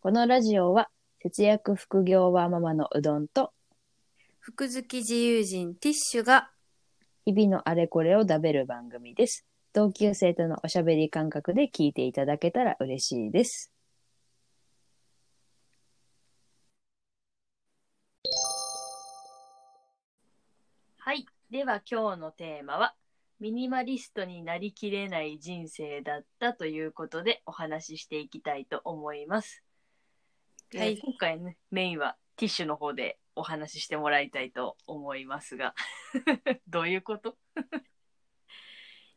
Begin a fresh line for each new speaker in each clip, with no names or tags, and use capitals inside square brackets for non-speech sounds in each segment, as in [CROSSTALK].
このラジオは節約副業はママのうどんと
福好き自由人ティッシュが
日々のあれこれを食べる番組です。同級生とのおしゃべり感覚で聞いていただけたら嬉しいです。はい。では今日のテーマは、ミニマリストになりきれない人生だったということでお話ししていきたいと思います。
は
はいい、今回ね、メインはティッシュの方でお話ししてもらいたいと思いますが、 [LAUGHS] どういうこと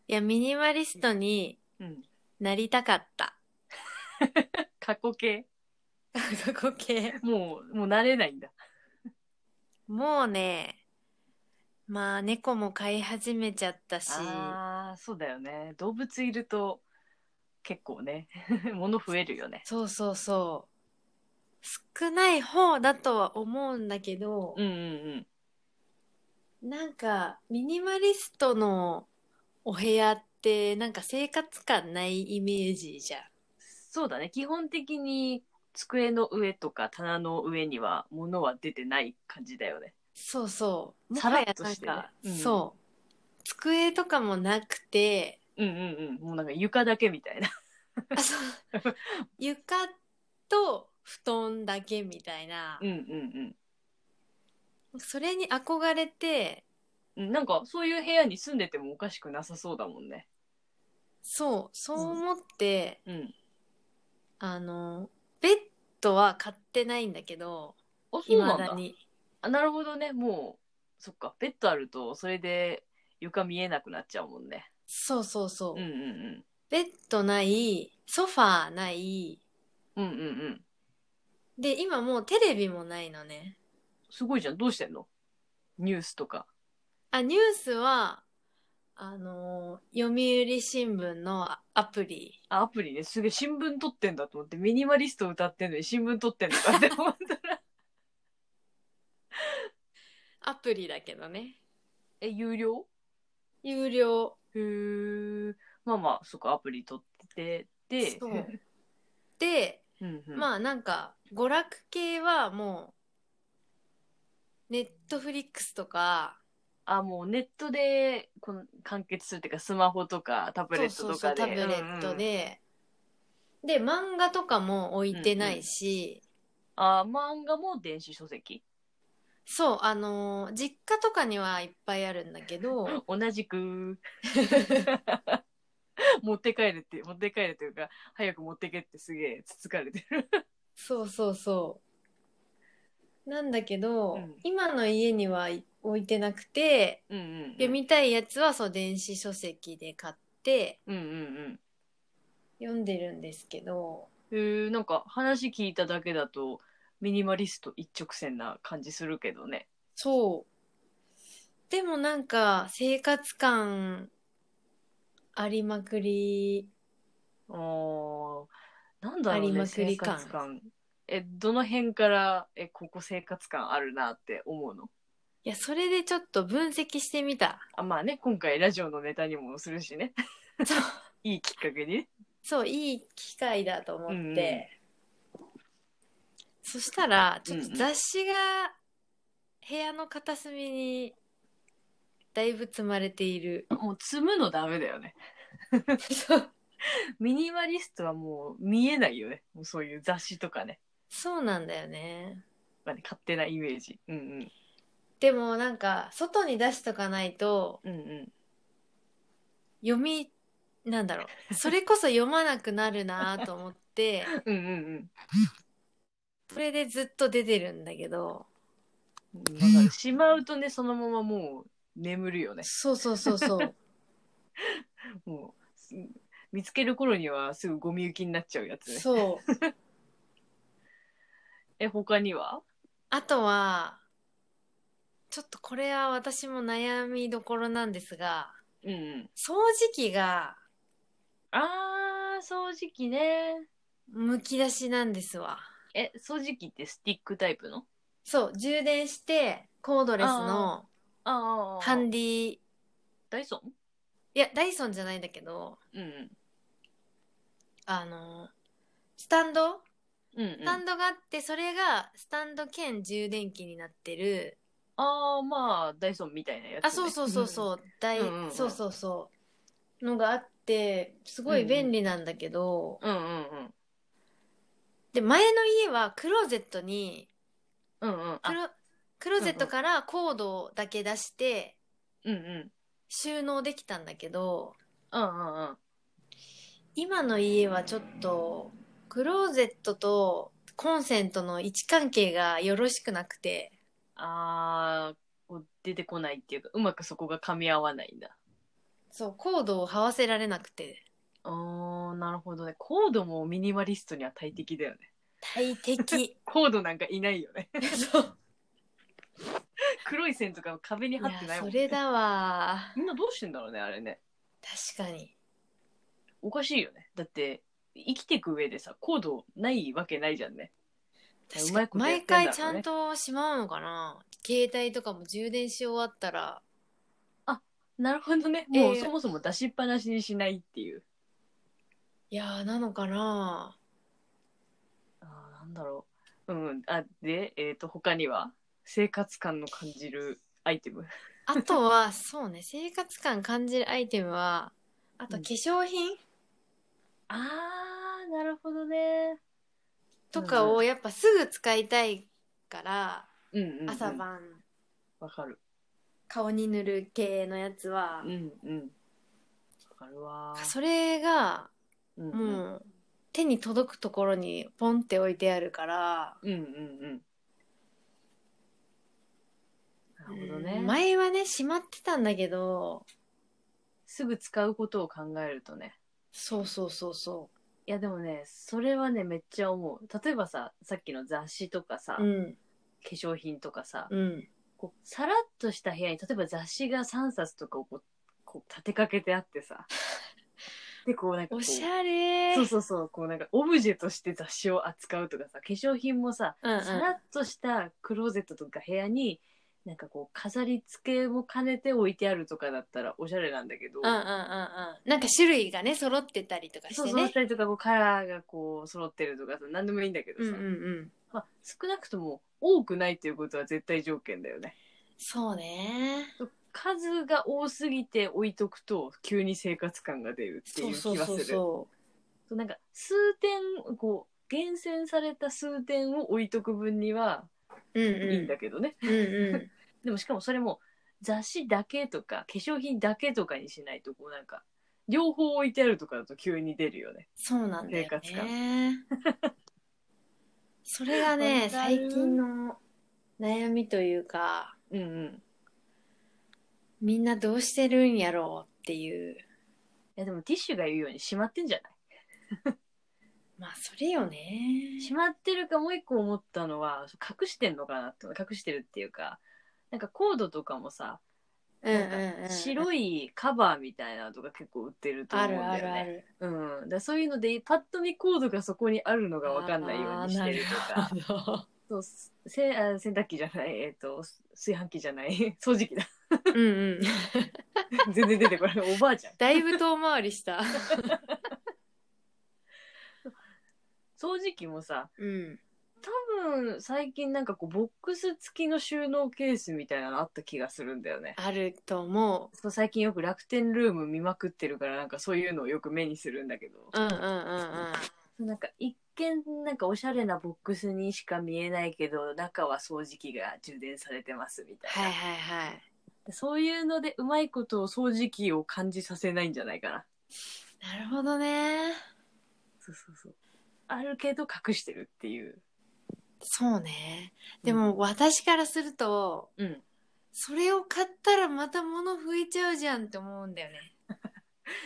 いやミニマリストに
うん。
なりたかった。 [LAUGHS]
過去形
過去形。
もう、もう [LAUGHS] 慣れないんだ。
もうね、まあ猫も飼い始めちゃったし、
ああ、そうだよね。動物いると結構ね、 [LAUGHS] 物増えるよね。
そうそうそう。少ない方だとは思うんだけど
う、んうん
なんかミニマリストのお部屋ってなんか生活感ないイメージじゃん。
そうだね。基本的に机の上とか棚の上には物は出てない感じだよね。
そうそう。
さらっとしてね
もはやなんか
うん
そう。机とかもなくて、
うんうんうん。もうなんか床だけみたいな。
あそう床と布団だけみたいな
うん、うん
それに憧れて、
うん [LAUGHS] うん。なんかそういう部屋に住んでてもおかしくなさそうだもんね。
そう、そう思って、
うん。
あの、ベッドは買ってないんだけど、
あ、
い
そうな
ま
んだ。
だに。
あなるほどね。もう、そっか。ベッドあるとそれで床見えなくなっちゃうもんね。
そうそうそうう、
んうんうん。
ベッドない、ソファーない、
うんうんうん。
で、今もうテレビもないのね。
すごいじゃん。どうしてんのニュースとか。
あ、ニュースは、あのー読売新聞のアプリ。
あ、アプリね、すげえ新聞撮ってんだと思って、ミニマリスト歌ってんのに新聞撮ってんのかって思
[LAUGHS]
ったら。
アプリだけどね。
え、有料
有料。
へー。まあまあ、そこアプリ撮ってて、
そう。で、
うんうん、あ、
まあなんか、娯楽系はもう、ネットフリックスとか、
もうネットでこの完結するっていうか、スマホとかタブレット
そう
と
そうそ
か
う、
で。
タブレットで、で、漫画とかも置いてないし、
うんうん。あ、漫画も電子書籍。
そう、あのー実家とかにはいっぱいあるんだけど、
同じ
[LAUGHS]
く。持って帰るって、持って帰るというか、早く持ってけってすげえつつかれてる。
そうそうそう。なんだけど、
うん
今の家にはい置いてなくて、
うんうん、うん。
読みたいやつはそう電子書籍で買って
うんうんうん。
読んでるんですけど、
えー、なんか話聞いただけだとミニマリスト一直線な感じするけどね。
そう。でもなんか生活感ありまくり、
あーなんだろう
あり
ね
まく
生
り感
活感。えどの辺からえここ生活感あるなって思うの
いや、それでちょっと分析してみた。
あまあね今回ラジオのネタにもするしね
そう、
[LAUGHS] いいきっかけにね。
そう、いい機会だと思って。
うんうん
そしたら、ちょっ
うんう
と
ん
雑誌が部屋の片隅にだいぶ積まれて
[LAUGHS]
いる。
もう積むのダメだよね。
そう
ミニマリストはもう見えないよね。もうそういう雑誌とかね。
そうなんだよね。
まあね勝手なイメージ。うんうん。
でもなんか、外に出しとかないと、
うんうん。
読み、なんだろう、それこそ読まなくなるなと思 [LAUGHS] って、
うんうん
それでずっと出てるんだけど、
うん。だから [LAUGHS] しまうとねそのままもう眠るよね。
そうそうそうそう。
もうす見つける頃にはすぐゴミ受きになっちゃうやつね。
[LAUGHS] そう。
え他には
あとは、ちょっとこれは私も悩みどころなんですが、
うんうん。
掃除機が
あー掃除機ね。
むき出しなんですわ。
え掃除機ってスティックタイプの
そう、充電して、コードレスの
ああ
ハ
ハ
ン
ン
ディ、い
ダイソン
や、ダイソンじゃないんだけど、
うんうん。
あの、スタンド
うんう
ス
ん、
タンドがあって、それがスタンド兼充電器になってる。
ああ、まあ、ダイソンみたいなやつ、ね。
あ、そうそうそうそう。大、
うんうんうん
そうそうそう。のがあって、すごい便利なんだけど、
うん。うんうんうん。
で、前の家はクローゼットに、
うんうん。
ク
あ、
ロクローゼットからコードだけ出して
うんうん。
収納できたんだけど、
うんうんうん。
今の家はちょっと、クローゼットとコンセントの位置関係がよろしくなくて、
ああ、こう出てこないっていうか、うまくそこが噛み合わないんだ。
そう、コードを這わせられなくて、
ああ、なるほどね。コードもミニマリストには大敵だよね。
大敵。
コードなんかいないよね。[LAUGHS]
[LAUGHS] そう。
黒い線とか壁に
い
貼ってな
や、
いもん、
そ
ね。
れだわ。
みんなどうしてんだろうね、あれね。
確かに。
おかしいよね。だって、生きていく上でさ、コードないわけないじゃんね。う
確
まい
かに。
ことやってん
毎
だろうね
回ちゃんとしまうのかな携帯とかも充電し終わったら、
なるほどね。もう
ええ
そもそも出しっぱなしにしないっていう。
いやー、なのかな
あーなんだろう。うん。あ、で、えっ、と、他には生活感の感じるアイテム。
あと
[LAUGHS]
は、そうね、生活感感じるアイテムは、あと
うん
化粧品
あー、なるほどね。
とか
うんう
をやっぱすぐ使いたいから、
うんうん、うん。
朝。晩
わかる。
顔に塗る系のやつは
う、んうん。わかるわー。
それが
うんうん
もう手に届くところにポンって置いてあるから、
うんうんうん。なるほどね。
うん前はね、しまってたんだけど、
すぐ使うことを考えるとね。
そうそうそうそ
いやでもね、それはね、めっちゃ思う。例えばさ、さっきの雑誌とかさ、
う。
化
うん。
粧品とかさ、
うん。
こうさらっとした部屋に、例えば雑誌が3冊とかをこうこう立てかけてあってさ、で、こうなんかこう、
おしゃれ
そうそうそう、こうなんかオブジェとして雑誌を扱うとかさ、化粧品もさ、
うんうん
さらっとしたクローゼットとか部屋に、なんかこう飾り付けも兼ねて置いてあるとかだったらおしゃれなんだけど、
うんうんうんうん。なんか種類がね、揃ってたりとかして
そう
ね。
そうしたりとかこうカラーがこう揃ってるとかさ何でもいいんだけど
うん
さ、
うんうん。
まあ、少なくとも多くないということは絶対条件だよね
そうね。
数が多すぎて置いとくと急に生活感が出るって
そ
いうう
そう
気がす
そう
る
そ
そうなんか数点こう厳選された数点を置いとく分には
う。うん
い
うん。
いんだけどね、
うんうん。
でもしかもそれも雑誌だけとか化粧品だけとかにしないとこうなんか両方置いてあるとかだと急に出るよね
そうなんだよ
生活
ね。 [LAUGHS] それがね、
わかる
最近の悩みというか、
うんうん
みんなどうしてるんやろうっていう。
いやでもティッシュが言うようにしまってんじゃない
まあ、それよね。
しまってるかもう一個思ったのは隠してんのかなって隠してるっていうかなんかコードとかもさ
うんうんうん。
白いカバーみたいなのとか結構売ってると思
あ
うんだ
る
よね。
あるあ
う
る。
ん、だからそういうのでパッと見コードがそこにあるのが分かんないようにしてると
あ [LAUGHS]
か
ー。なるほど
そうせあ洗濯機じゃない、えっと炊飯器じゃない掃除機だ
うんうん。
[LAUGHS] 全然出てこないおばあちゃん
だいぶ遠回りした。
掃除機もさ
うん。
多分最近なんかこうボックス付きの収納ケースみたいなのあった気がするんだよね。
あると思う。
そう最近よく楽天ルーム見まくってるからなんかそういうのをよく目にするんだけど、
うんうんうん
そうなんか一見なんかおしゃれなボックスにしか見えないけど中は掃除機が充電されてますみたいな、
はいはいはい。
そういうのでうまいことを掃除機を感じさせないんじゃないかな
なるほどね。
そうそうそうあるけど隠してるっていう
そうね。でも私からすると、
うん
それを買ったらまた物増えちゃうじゃんって思うんだよね。
だか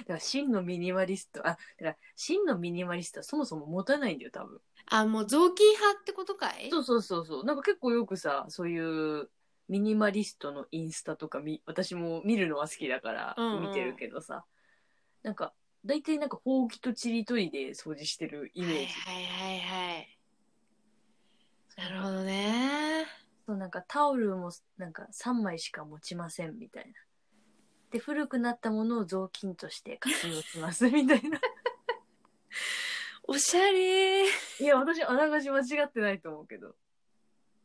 ら真のミニマリストあだから真のミニマリストはそもそも持たないんだよ多分
あ、もう雑巾派ってことかい
そうそうそうそうなんか結構よくさそういうミニマリストのインスタとかみ私も見るのは好きだから
うんうん
見てるけどさ、なんか大体なんかほうきとちりとりで掃除してるイメ
は
ージ、
いはいはいはい。なるほどね。
そうなんかタオルもなんか3枚しか持ちませんみたいなで
[LAUGHS]
古くなったものを雑巾として活用しますみたいな
おしゃれ
いや、私、あながち間違ってないと思うけど。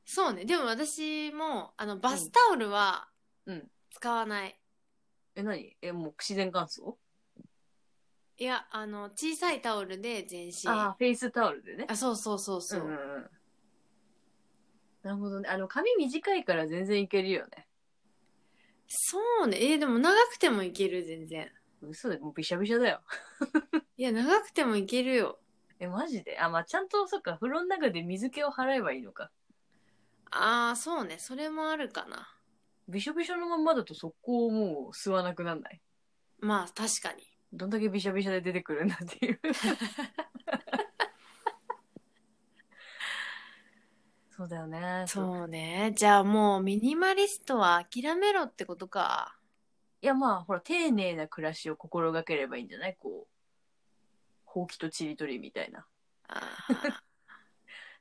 そうね。でも私も、あの、バスタオルは
うん。
使わない。
え、何え、もう自然乾燥
いや、あの、小さいタオルで全身。
あ
あ
あ、フェイスタオルでね。
そうそうそうそう。
んんんなるほどね。あの、髪短いから全然いけるよね。
そうね。えーでも長くてもいける、全然。
嘘で、もうびしゃびしゃだよ。 [LAUGHS]
いや、長くてもいけるよ。
え、マジであ、まあ、ちゃんと、そっか、風呂の中で水気を払えばいいのか。
ああ、そうね。それもあるかな。
びしょびしょのまんまだと速攻もう吸わなくなんない。
まあ、確かに。
どんだけびしゃびしゃで出てくるんだって
[LAUGHS]
いう。そうだよね。う。
そうね。じゃあもう、ミニマリストは諦めろってことか。
いやまあ、ほら、丁寧な暮らしを心がければいいんじゃないこう、ほうきとちりとりみたいな。
ああ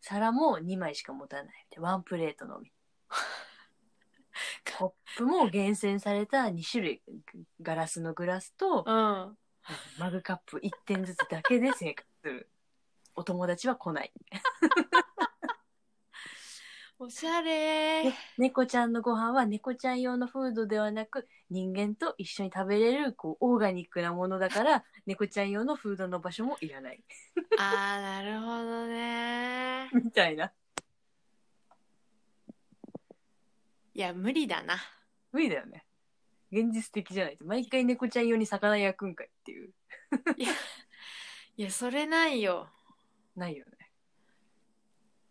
皿も2枚しか持たないみたいな。ワンプレートの [LAUGHS] み。コップも厳選された2種類。ガラスのグラスと、 [LAUGHS]
うん。
マグカップ1点ずつだけで生活する。お友達は来ない。
おしゃれ
ね猫ちゃんのご飯は猫ちゃん用のフードではなく人間と一緒に食べれるこうオーガニックなものだから猫ちゃん用のフードの場所もいらない
ああ、なるほどね。
[LAUGHS] みたいない
や、無理だな。
無理だよね現実的じゃないと毎回猫ちゃん用に魚焼くんかいっていう
いや、それないよ。
ないよね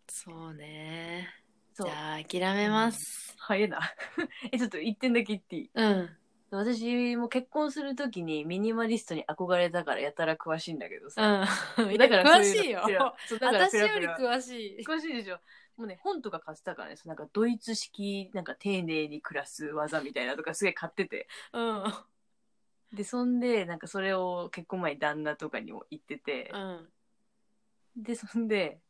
そうね。
そ
じ
う
ゃあ、諦めます。
早いな [LAUGHS] えちょっと一点だけ言っていい
うん。
私も結婚するときにミニマリストに憧れたからやたら詳しいんだけどさ、
うん。
だから
詳しいよ
そう。うのそうだから
私
ペラ
よ
ペ
り
ラ
詳しい。
詳しいでしょ。もうね、本とか買ってたからね、そうなんかドイツ式、なんか丁寧に暮らす技みたいなとかすげえ買ってて。
うん。うん。
で、そんで、なんかそれを結婚前に旦那とかにも言ってて。で、そんで、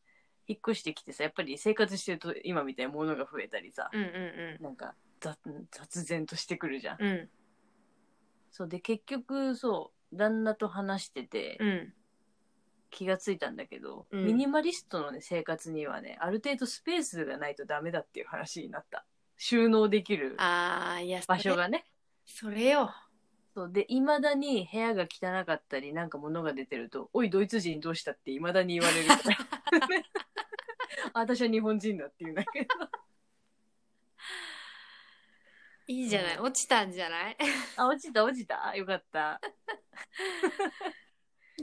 引っ越してきてさ、やっぱり生活してると今みたいなものが増えたりさ、
うんう
なんか雑雑然としてくるじゃん。
んうん。うん。
そうで、結局、そう、旦那と話してて、
うん。
気がついたんだけど、
うん
ミニマリストのね、生活にはね、ある程度スペースがないとダメだっていう話になった。収納できる
ああ、いや、それ
場所。がね。
それよ。
そうでいまだに部屋が汚かったりなんか物が出てると「おいドイツ人どうした?」っていまだに言われる [LAUGHS] からあ私は日本人だっていうんだけど
いいじゃない。
う
落ちたんじゃない [LAUGHS]
あ落ちた落ちたよかった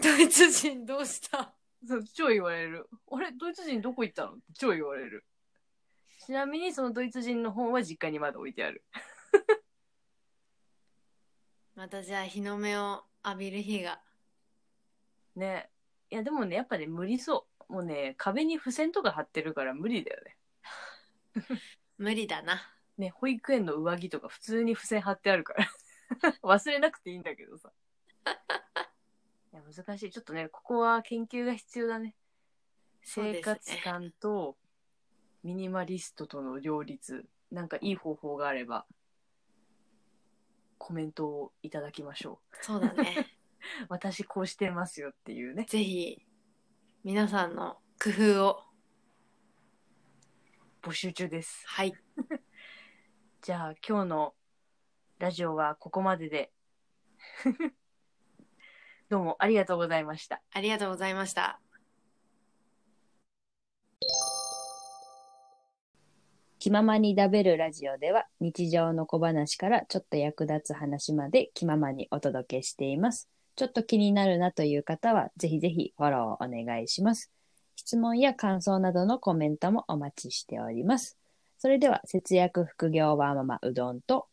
ドイツ人どうした
そう超言われる「あれドイツ人どこ行ったの?」って超言われるちなみにそのドイツ人の本は実家にまだ置いてある
またじゃあ、日の目を浴びる日が。
ねいやでもねやっぱね無理そうもうね壁に付箋とか貼ってるから無理だよね
無理だな。
ね保育園の上着とか普通に付箋貼ってあるから [LAUGHS] 忘れなくていいんだけどさいや難しいちょっとねここは研究が必要だね
そう
生
ですね
活感とミニマリストとの両立なんかいい方法があればコメントをいただきましょ
そうだ [LAUGHS] ね。
う私こうしてますよっていうね
ぜひ、皆さんの工夫を。
募集中です
はい。
じゃあ今日のラジオはここまでで [LAUGHS] どうもありがとうございました
ありがとうございました。
気ままに食べるラジオでは日常の小話からちょっと役立つ話まで気ままにお届けしています。ちょっと気になるなという方はぜひぜひフォローお願いします。質問や感想などのコメントもお待ちしております。それでは節約副業ワーママうどんと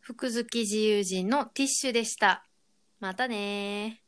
福好き自由人のティッシュでした。またねー。